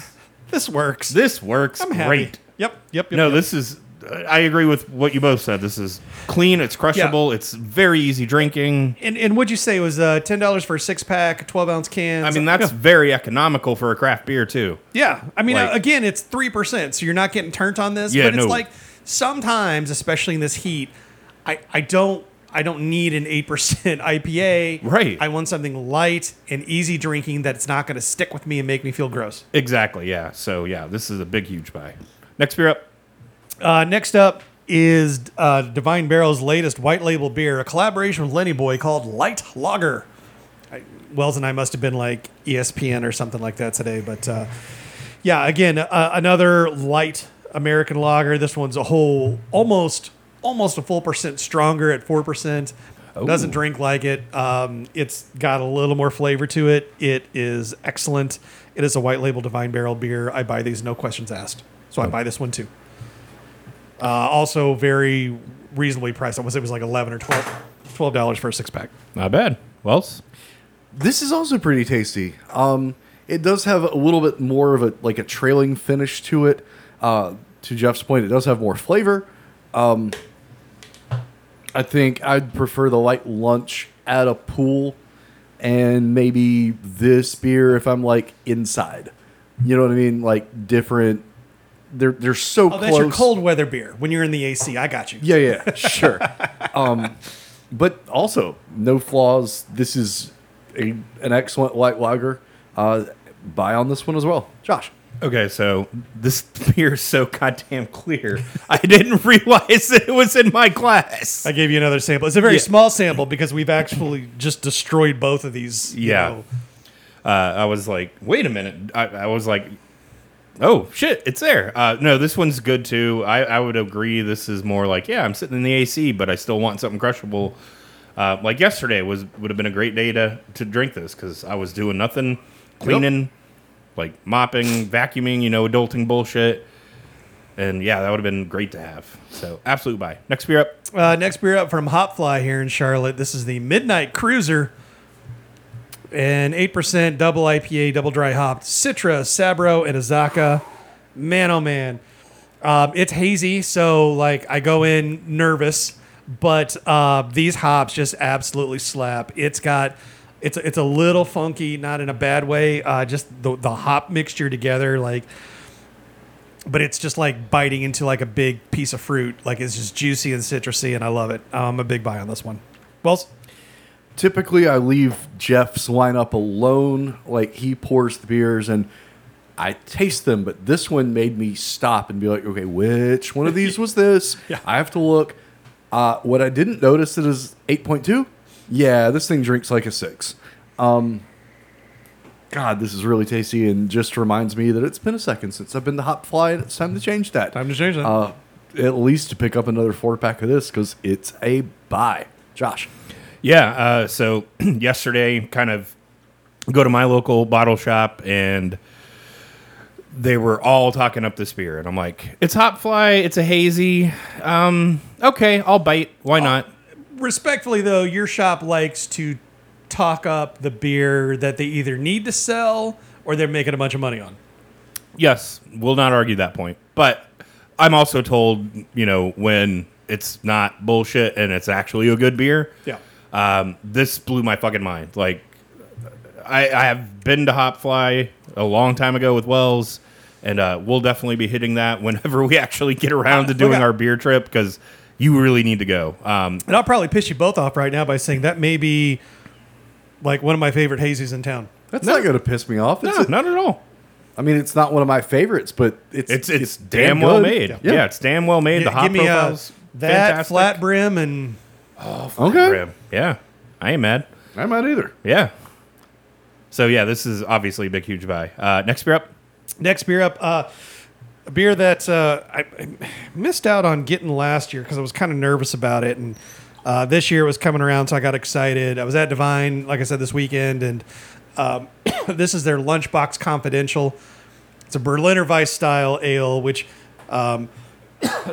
S1: nice.
S2: this works.
S1: This works
S2: I'm happy."
S1: great.
S2: Yep, yep, yep.
S1: No,
S2: yep.
S1: this is. uh, I agree with what you both said. This is clean. It's crushable. It's very easy drinking.
S2: And and what'd you say it was uh, ten dollars for a six pack, twelve ounce cans?
S1: I mean, that's very economical for a craft beer too.
S2: yeah. I mean,
S1: like-
S2: uh, again, it's three percent, so you're not getting turned on this.
S1: Yeah,
S2: but it's
S1: no.
S2: like sometimes, especially in this heat, I I don't. I don't need an 8% IPA.
S1: Right.
S2: I want something light and easy drinking that's not going to stick with me and make me feel gross.
S1: Exactly. Yeah. So yeah, this is a big, huge buy. Next beer up.
S2: Uh, next up is uh, Divine Barrel's latest white label beer, a collaboration with Lenny Boy called Light Lager. I, Wells and I must have been like E ESPN or something like that today, but uh, yeah, again, uh, another light American lager. This one's a whole almost almost a full percent stronger at four percent. Doesn't drink like it. Um, it's got a little more flavor to it. It is excellent. It is a white label Divine Barrel beer. I buy these no questions asked, so I buy this one too. Uh, also very reasonably priced. I was it was like eleven or twelve. Twelve dollars for a six pack.
S1: Not bad. Wells.
S3: This is also pretty tasty. Um, it does have a little bit more of a like a trailing finish to it. Uh, to Jeff's point, it does have more flavor. Um, I think I'd prefer the light lunch at a pool, and maybe this beer if I'm like inside. You know what I mean? Like different. They're they're so
S2: Oh,
S3: close.
S2: that's your cold weather beer when you're in the AC. I got you.
S3: Yeah, yeah, sure. um, but also, no flaws. This is a, an excellent light lager. Uh, buy on this one as well, Josh.
S1: Okay, so this beer is so goddamn clear. I didn't realize that it was in my glass.
S2: I gave you another sample. It's a very
S1: Yeah.
S2: small sample because we've actually just destroyed both of these. you
S1: Yeah.
S2: know.
S1: Uh, I was like, wait a minute. I, I was like, oh shit, it's there. Uh, no, this one's good too. I, I would agree. This is more like, yeah, I'm sitting in the AC, but I still want something crushable. Uh, like yesterday was would have been a great day to to drink this because I was doing nothing, cleaning, like mopping, vacuuming, you know, adulting bullshit. And yeah, that would have been great to have. So absolute buy. Next beer up.
S2: Uh, next beer up from Hopfly here in Charlotte. This is the Midnight Cruiser. An 8% double IPA, double dry hopped Citra, Sabro, and Azaka. Man, oh man. Um, it's hazy, so like I go in nervous, but uh, these hops just absolutely slap. It's got, it's it's a little funky, not in a bad way. Uh, just the the hop mixture together, like but it's just like biting into like a big piece of fruit. Like it's just juicy and citrusy, and I love it. Uh, I'm a big buy on this one. Wells,
S3: Typically, I leave Jeff's lineup alone. Like he pours the beers and I taste them, but this one made me stop and be like, okay, which one of these was this? I have to look. Uh, what I didn't notice it is 8.2. Yeah, this thing drinks like a six. Um, God, this is really tasty and just reminds me that it's been a second since I've been to Hop Fly and it's time to change that.
S2: Time to change that.
S3: Uh, at least to pick up another four pack of this because it's a buy. Josh.
S1: Yeah. Uh, so yesterday, kind of go to my local bottle shop and they were all talking up this beer. And I'm like, it's Hop Fly. It's a hazy. Um, okay. I'll bite. Why not?
S2: respectfully though, your shop likes to talk up the beer that they either need to sell or they're making a bunch of money on.
S1: Yes. We'll not argue that point. But I'm also told, you know, when it's not bullshit and it's actually a good beer.
S2: Yeah.
S1: Um, this blew my fucking mind. Like, I, I have been to Hopfly a long time ago with Wells, and uh, we'll definitely be hitting that whenever we actually get around to doing
S2: Okay.
S1: our beer trip because you really need to go. Um,
S2: And I'll probably piss you both off right now by saying that may be like one of my favorite hazies in town.
S3: That's not going to piss me off.
S2: Ah.
S3: It's
S1: no, not at all.
S3: I mean, it's not one of my favorites, but it's
S1: It's it's, damn, well
S3: good.
S1: made. Yeah. it's damn well made. the
S2: Gi-
S1: hop
S2: give me uh,
S1: profiles,
S2: that
S1: fantastic.
S2: flat brim and
S3: okay.
S1: Rib. Yeah, I ain't mad.
S3: I'm not either.
S1: Yeah. So yeah, this is obviously a big, huge buy. Uh, next beer up.
S2: Next beer up, uh, a beer that uh, I, I missed out on getting last year because I was kind of nervous about it, and uh, this year was coming around, so I got excited. I was at Divine, like I said, this weekend, and um, this is their Lunchbox Confidential. It's a Berliner Weiss style ale, which um,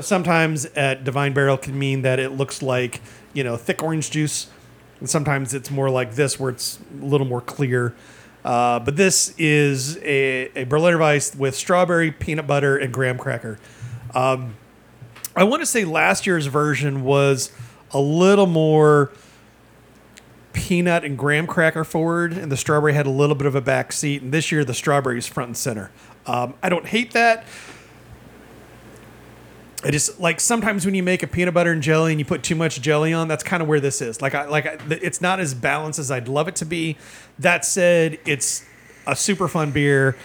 S2: sometimes at Divine Barrel can mean that it looks like you know thick orange juice, and sometimes it's more like this where it's a little more clear. Uh, but this is a, a Berliner Weiss with strawberry, peanut butter, and graham cracker. Um, I want to say last year's version was a little more peanut and graham cracker forward, and the strawberry had a little bit of a back seat. And this year, the strawberry is front and center. Um, I don't hate that. I just like sometimes when you make a peanut butter and jelly and you put too much jelly on, that's kind of where this is. Like, I like I, th- it's not as balanced as I'd love it to be. That said, it's a super fun beer.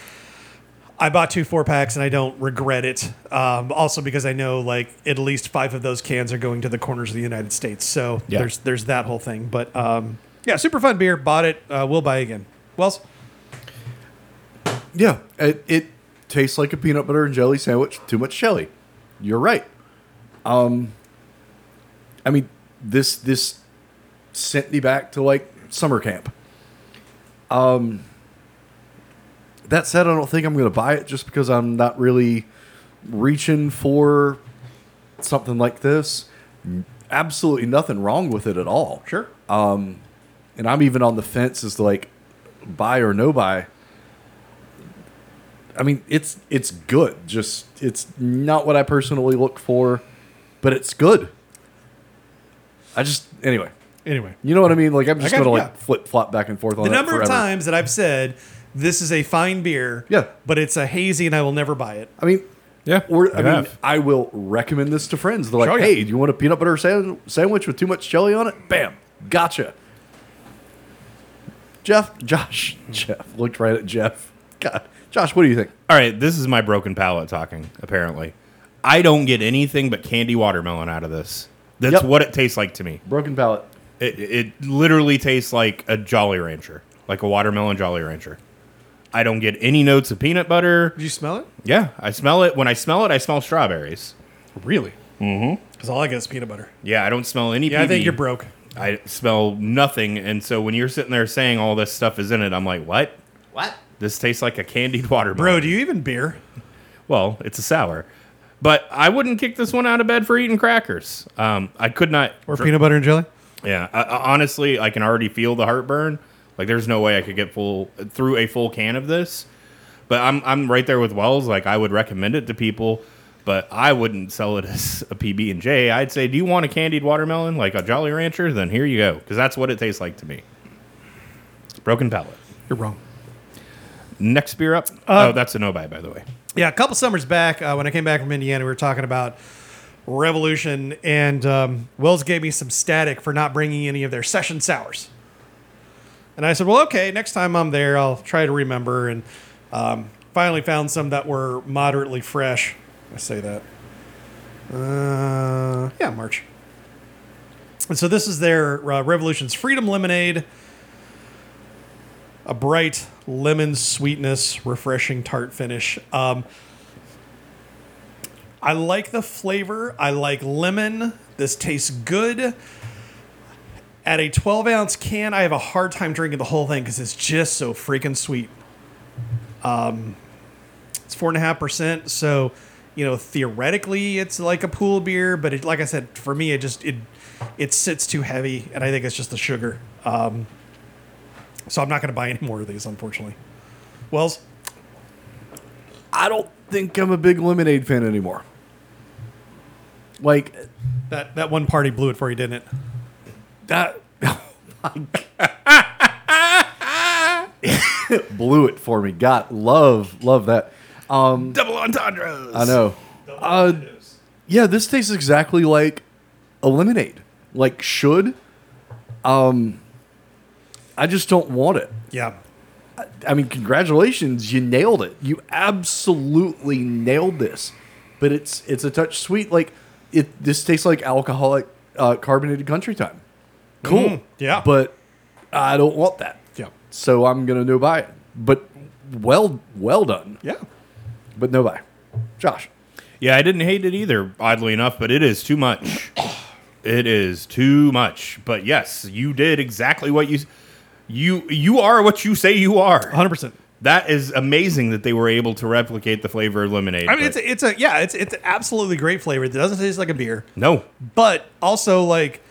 S2: I bought two four packs and I don't regret it. Um, also because I know like at least five of those cans are going to the corners of the United States, so
S1: Yeah.
S2: there's there's that whole thing. But um, yeah, super fun beer. Bought it. Uh, will buy again. Wells,
S3: Yeah, it, it tastes like a peanut butter and jelly sandwich. Too much jelly. You're right. Um, I mean, this this sent me back to like summer camp. Um, that said, I don't think I'm going to buy it just because I'm not really reaching for something like this. Absolutely nothing wrong with it at all. Um,
S2: sure.
S3: and I'm even on the fence as to like buy or no buy. I mean, it's it's good. Just it's not what I personally look for, but it's good. I just anyway,
S2: Anyway,
S3: you know what I mean. Like I'm just
S2: I got
S3: gonna
S2: you,
S3: like
S2: yeah.
S3: flip flop back and forth on
S2: the
S3: that
S2: number of
S3: forever.
S2: times that I've said this is a fine beer,
S3: Yeah.
S2: but it's a hazy and I will never buy it.
S3: I mean,
S1: Yeah,
S3: we're, I
S1: you
S3: mean,
S1: have.
S3: I will recommend this to friends. They're like,
S2: Sure, yeah.
S3: "Hey, do you want a peanut butter san- sandwich with too much jelly on it?" Bam, gotcha. Jeff, Josh, Jeff looked right at Jeff. God, Josh, what do you think?
S1: All right, this is my broken palate talking. Apparently, I don't get anything but candy watermelon out of this. That's
S3: Yep.
S1: what it tastes like to me.
S3: Broken palate.
S1: It, it literally tastes like a Jolly Rancher, like a watermelon Jolly Rancher. I don't get any notes of peanut butter.
S2: Did you smell it?
S1: Yeah, I smell it. When I smell it, I smell strawberries.
S2: Really? Mm-hmm. Because all I get is peanut butter.
S1: Yeah, I don't smell any.
S2: Yeah, I
S1: PB.
S2: think you're broke.
S1: I smell nothing, and so when you're sitting there saying all this stuff is in it, I'm like, what?
S4: What?
S1: This tastes like a candied watermelon.
S2: Bro, do you even beer?
S1: Well, it's a sour, but I wouldn't kick this one out of bed for eating crackers. Um, I could not.
S2: Or peanut butter and jelly?
S1: Yeah, I, I- honestly, I can already feel the heartburn. Like, there's no way I could get full through a full can of this. But I'm I'm right there with Wells. Like, I would recommend it to people, but I wouldn't sell it as a PB and J. I'd say, do you want a candied watermelon, like a Jolly Rancher? Then here you go, because that's what it tastes like to me. Broken palate.
S2: You're wrong.
S1: Next beer up.
S2: Uh,
S1: oh, that's a no buy, by the way.
S2: Yeah, a couple summers back, uh, when I came back from Indiana, we were talking about Revolution, and um, Wells gave me some static for not bringing any of their session sours. And I said, well, okay, next time I'm there, I'll try to remember. And um, finally found some that were moderately fresh. I say that. Uh, yeah, March. And so this is their uh, Revolution's Freedom Lemonade. a bright lemon sweetness, refreshing tart finish. Um, I like the flavor. I like lemon. This tastes good. At a 12 ounce can, I have a hard time drinking the whole thing because it's just so freaking sweet. Um, it's four and a half percent, so you know theoretically it's like a pool beer, but it, like I said, for me it just it it sits too heavy, and I think it's just the sugar. Um, So I'm not going to buy any more of these, unfortunately. Wells,
S3: I don't think I'm a big lemonade fan anymore. Like
S2: that, that one party blew it for you, didn't it?
S3: that. oh Blew it for me. God, love, love that. Um,
S1: Double entendres.
S3: I know. Uh, yeah, this tastes exactly like a lemonade. Like should. Um, I just don't want it.
S2: Yeah.
S3: I mean, congratulations, you nailed it. You absolutely nailed this. But it's it's a touch sweet. Like it, this tastes like alcoholic uh, carbonated country time. Cool.
S2: Mm, yeah.
S3: But I don't want that.
S2: Yeah.
S3: So I'm gonna no buy it. But well, well done.
S2: Yeah.
S3: But no buy. Josh.
S1: Yeah, I didn't hate it either, oddly enough, but it is too much. it is too much. But yes, you did exactly what you you you are what you say you are.
S2: 100%.
S1: That is amazing that they were able to replicate the flavor of lemonade.
S2: I mean,
S1: but
S2: it's a, it's a yeah, it's it's absolutely great flavor. It doesn't taste like a beer,
S1: no,
S2: but also like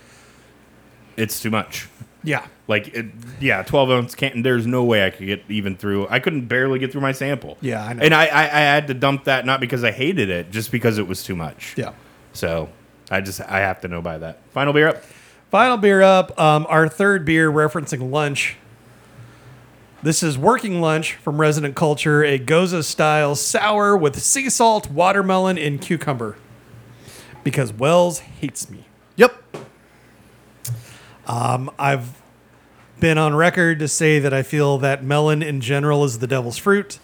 S1: it's too much.
S2: yeah,
S1: Like, it, yeah, 12 ounce can. There's no way I could get even through. I couldn't barely get through my sample.
S2: Yeah, I know.
S1: And I, I, I had to dump that not because I hated it, just because it was too much.
S2: yeah.
S1: So I just, I have to know by that. Final beer up.
S2: Final beer up. Um, our third beer referencing lunch. This is working lunch from Resident Culture, a Goza style sour with sea salt, watermelon, and cucumber. Because Wells hates me.
S3: Yep.
S2: I've been on record to say that I feel that melon in general is the devil's fruit,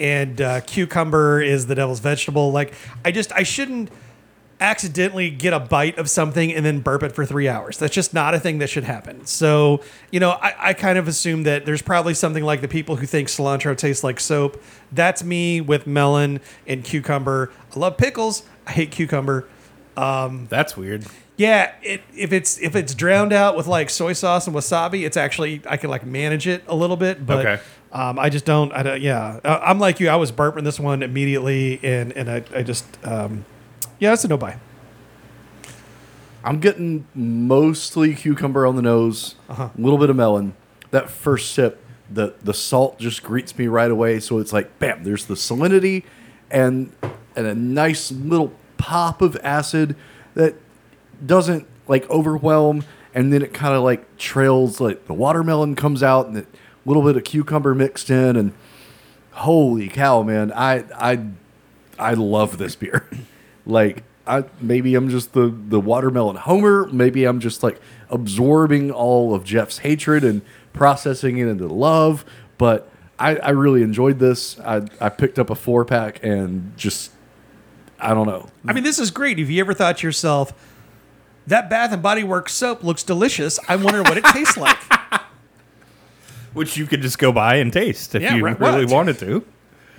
S2: and uh, cucumber is the devil's vegetable. Like I just I shouldn't accidentally get a bite of something and then burp it for three hours. That's just not a thing that should happen. So you know I, I kind of assume that there's probably something like the people who think cilantro tastes like soap. That's me with melon and cucumber. I love pickles. I hate cucumber.
S1: That's weird.
S2: Yeah, it, if it's if it's drowned out with like soy sauce and wasabi, it's actually I can like manage it a little bit, but
S1: Okay.
S2: um, I just don't. I don't. Yeah, uh, I'm like you. I was burping this one immediately, and and I, I just um, yeah, it's a no buy.
S3: I'm getting mostly cucumber on the nose, a little bit of melon. That first sip, the the salt just greets me right away. So it's like, bam, there's the salinity, and and a nice little pop of acid that doesn't like overwhelm, and then it kind of like trails. Like the watermelon comes out, and a little bit of cucumber mixed in, and holy cow, man, I I I love this beer. like I maybe I'm just the the watermelon homer. Maybe I'm just like absorbing all of Jeff's hatred and processing it into love. But I, I really enjoyed this. I I picked up a four pack and just I don't know.
S2: I mean, this is great. If you ever thought to yourself, that Bath and Body Works soap looks delicious, I wonder what it tastes like.
S1: Which you could just go buy and taste if
S2: Yeah,
S1: you
S2: right,
S1: really
S2: right.
S1: wanted to.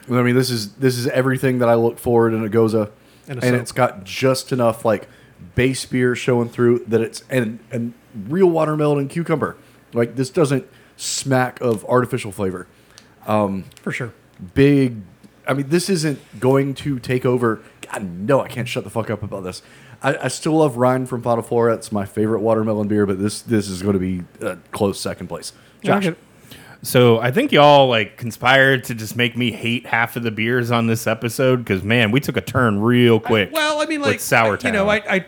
S3: I mean this is this is everything that I look forward in a goza,
S2: And
S3: and,
S2: a soap.
S3: it's got just enough like base beer showing through that it's and and real watermelon and cucumber. Like this doesn't smack of artificial flavor.
S2: For sure.
S3: big. I mean, this isn't going to take over. God, no, I can't shut the fuck up about this. I, I still love Rhine from Fata Flora. It's my favorite watermelon beer, but this this is going to be a close second place. Josh,
S1: So I think y'all like conspired to just make me hate half of the beers on this episode because man, we took a turn real quick.
S2: Well, I mean,
S1: with
S2: like
S1: Sour
S2: You know,
S1: Town.
S2: I, I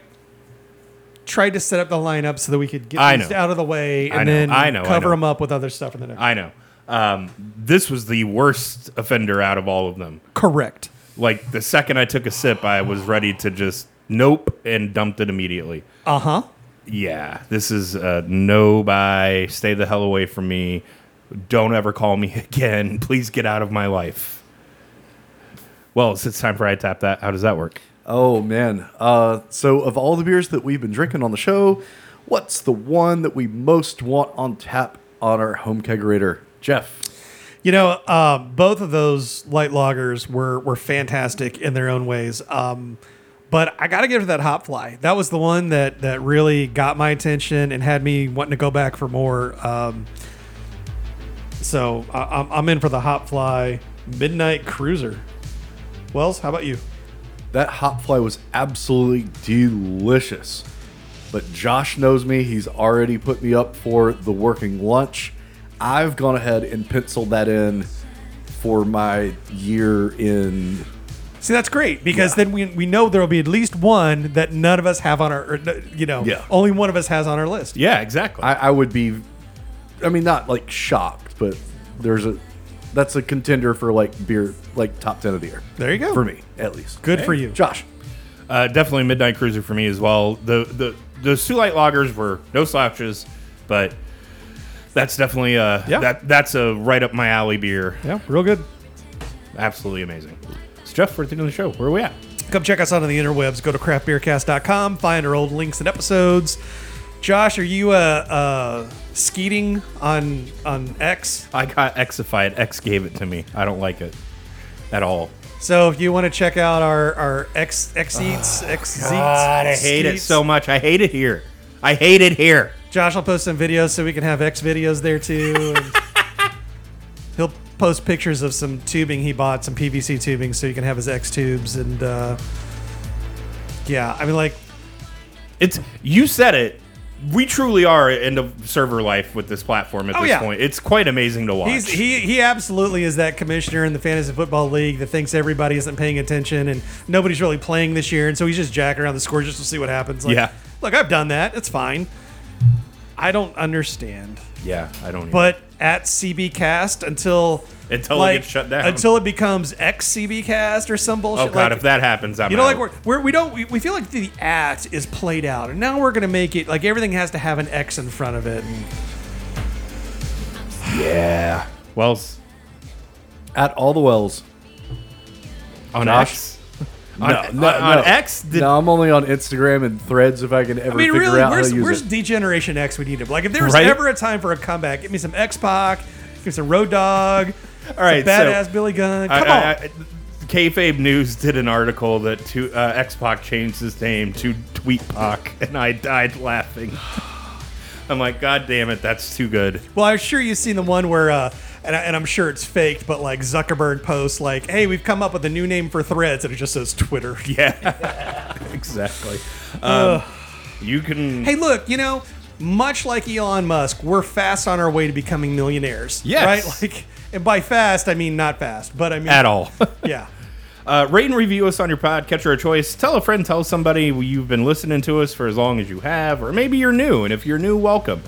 S2: tried to set up the lineup so that we could get
S1: I
S2: these
S1: know.
S2: out of the way and
S1: know,
S2: then
S1: I know, I
S2: cover
S1: know.
S2: them up with other stuff in the next.
S1: I know. Um, this was the worst offender out of all of them.
S2: Correct.
S1: Like the second I took a sip, I was ready to just nope and dumped it immediately.
S2: Uh huh.
S1: Yeah, this is uh, no buy. Stay the hell away from me. Don't ever call me again. Please get out of my life. Well, it's, it's time for I tap that. How does that work?
S3: Oh man. Uh, so of all the beers that we've been drinking on the show, what's the one that we most want on tap on our home kegerator? Jeff.
S2: You know, um, both of those light loggers were were fantastic in their own ways. Um, but I got to give it to that hop fly. That was the one that that really got my attention and had me wanting to go back for more. Um, so I, I'm, I'm in for the hop fly midnight cruiser. Wells, how about you?
S3: That hot fly was absolutely delicious. But Josh knows me. He's already put me up for the working lunch. I've gone ahead and penciled that in for my year in
S2: See, that's great because then we, we know there will be at least one that none of us have on our, or, you know,
S1: Yeah.
S2: only one of us has on our list.
S1: Yeah, exactly.
S3: I, I would be, I mean, not like shocked, but there's a, that's a contender for like beer, like top ten of the year
S2: There you go.
S3: for me at least.
S2: Good for you.
S3: Josh.
S1: Uh, definitely Midnight Cruiser for me as well. The the those two light loggers were no slouches, but that's definitely uh
S2: Yeah.
S1: that that's a right up my alley beer.
S2: Yeah, real good.
S1: Absolutely amazing. It's Jeff for the end of the show. Where are we at?
S2: Come check us out on the interwebs. Go to craftbeercast.com, find our old links and episodes. Josh, are you uh, uh, skeeting on on X?
S1: I gotXified. X gave it to me. I don't like it at all.
S2: So if you want to check out our our X X eats X eats,
S1: Oh, God, I hate it so much. I hate it here. I hate it here.
S2: Josh will post some videos so we can have X videos there too. and he'll post pictures of some tubing he bought, some PVC tubing, so you can have his X tubes. And uh, yeah, I mean, like,
S1: It's you said it. We truly are at end of server life with this platform at
S2: Oh,
S1: this
S2: yeah.
S1: point. It's quite amazing to watch.
S2: he's, he, he absolutely is that commissioner in the Fantasy Football League that thinks everybody isn't paying attention and nobody's really playing this year. And so he's just jacking around the score just to see what happens. Like,
S1: Yeah.
S2: Look, I've done that. It's fine. I don't understand.
S1: yeah, I don't. even-
S2: but at CBcast until
S1: Until it gets shut down.
S2: until it becomes ex CBcast or some bullshit.
S1: Oh god,
S2: like,
S1: if that happens, I'm
S2: you know, like
S1: out.
S2: we're, we're we don't we, we feel like the at is played out, and now we're gonna make it like everything has to have an X in front of it.
S3: Yeah.
S1: Wells
S3: At all the wells.
S1: on
S3: Josh?
S1: X. On, on- on X, did,
S3: no, I'm only on Instagram and Threads if I can ever
S2: I mean,
S3: figure
S2: really,
S3: out how
S2: where's
S3: to use
S2: where's
S3: it.
S2: Degeneration X? We need him. Like, if there was
S1: Right?
S2: ever a time for a comeback, give me some X Pac, give me some Road Dog,
S1: all right.
S2: some badass Billy Gunn. Come on.
S1: Kayfabe News did an article that to, uh, X Pac changed his name to Tweet Pac, and I died laughing. I'm like, God damn it, that's too good.
S2: Well, I'm sure you've seen the one where, uh, and, I, and I'm sure it's faked, but like Zuckerberg posts, like, hey, we've come up with a new name for threads, and it just says Twitter.
S1: Yeah, exactly. Um, you can.
S2: hey, look, you know, much like Elon Musk, we're fast on our way to becoming millionaires.
S1: Yes.
S2: Right? Like, and by fast, I mean not fast, but I mean.
S1: at all.
S2: Yeah.
S1: Uh, rate and review us on your podcatcher of choice. Tell a friend, tell somebody you've been listening to us for as long as you have, or maybe you're new. And if you're new, welcome.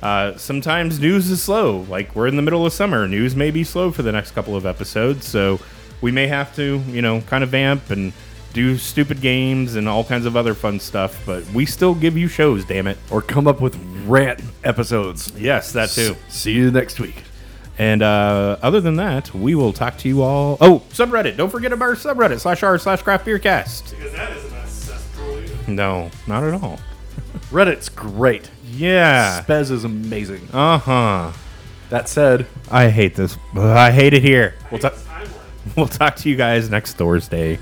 S1: Uh, sometimes news is slow. Like we're in the middle of summer, news may be slow for the next couple of episodes, so we may have to, you know, kind of vamp and do stupid games and all kinds of other fun stuff. But we still give you shows, damn it.
S3: or come up with rant episodes.
S1: Yes, that too.
S3: See you next week.
S1: And uh, other than that, we will talk to you all. Oh, subreddit! Don't forget about our subreddit slash r slash craft beer cast.
S2: Because that isn't a cesspool either.
S1: No, not at all.
S3: Reddit's great.
S1: Yeah.
S3: Spez is amazing.
S1: Uh huh.
S3: That said,
S1: I hate this. Ugh, I hate it here. We'll, ta- we'll talk to you guys next Thursday.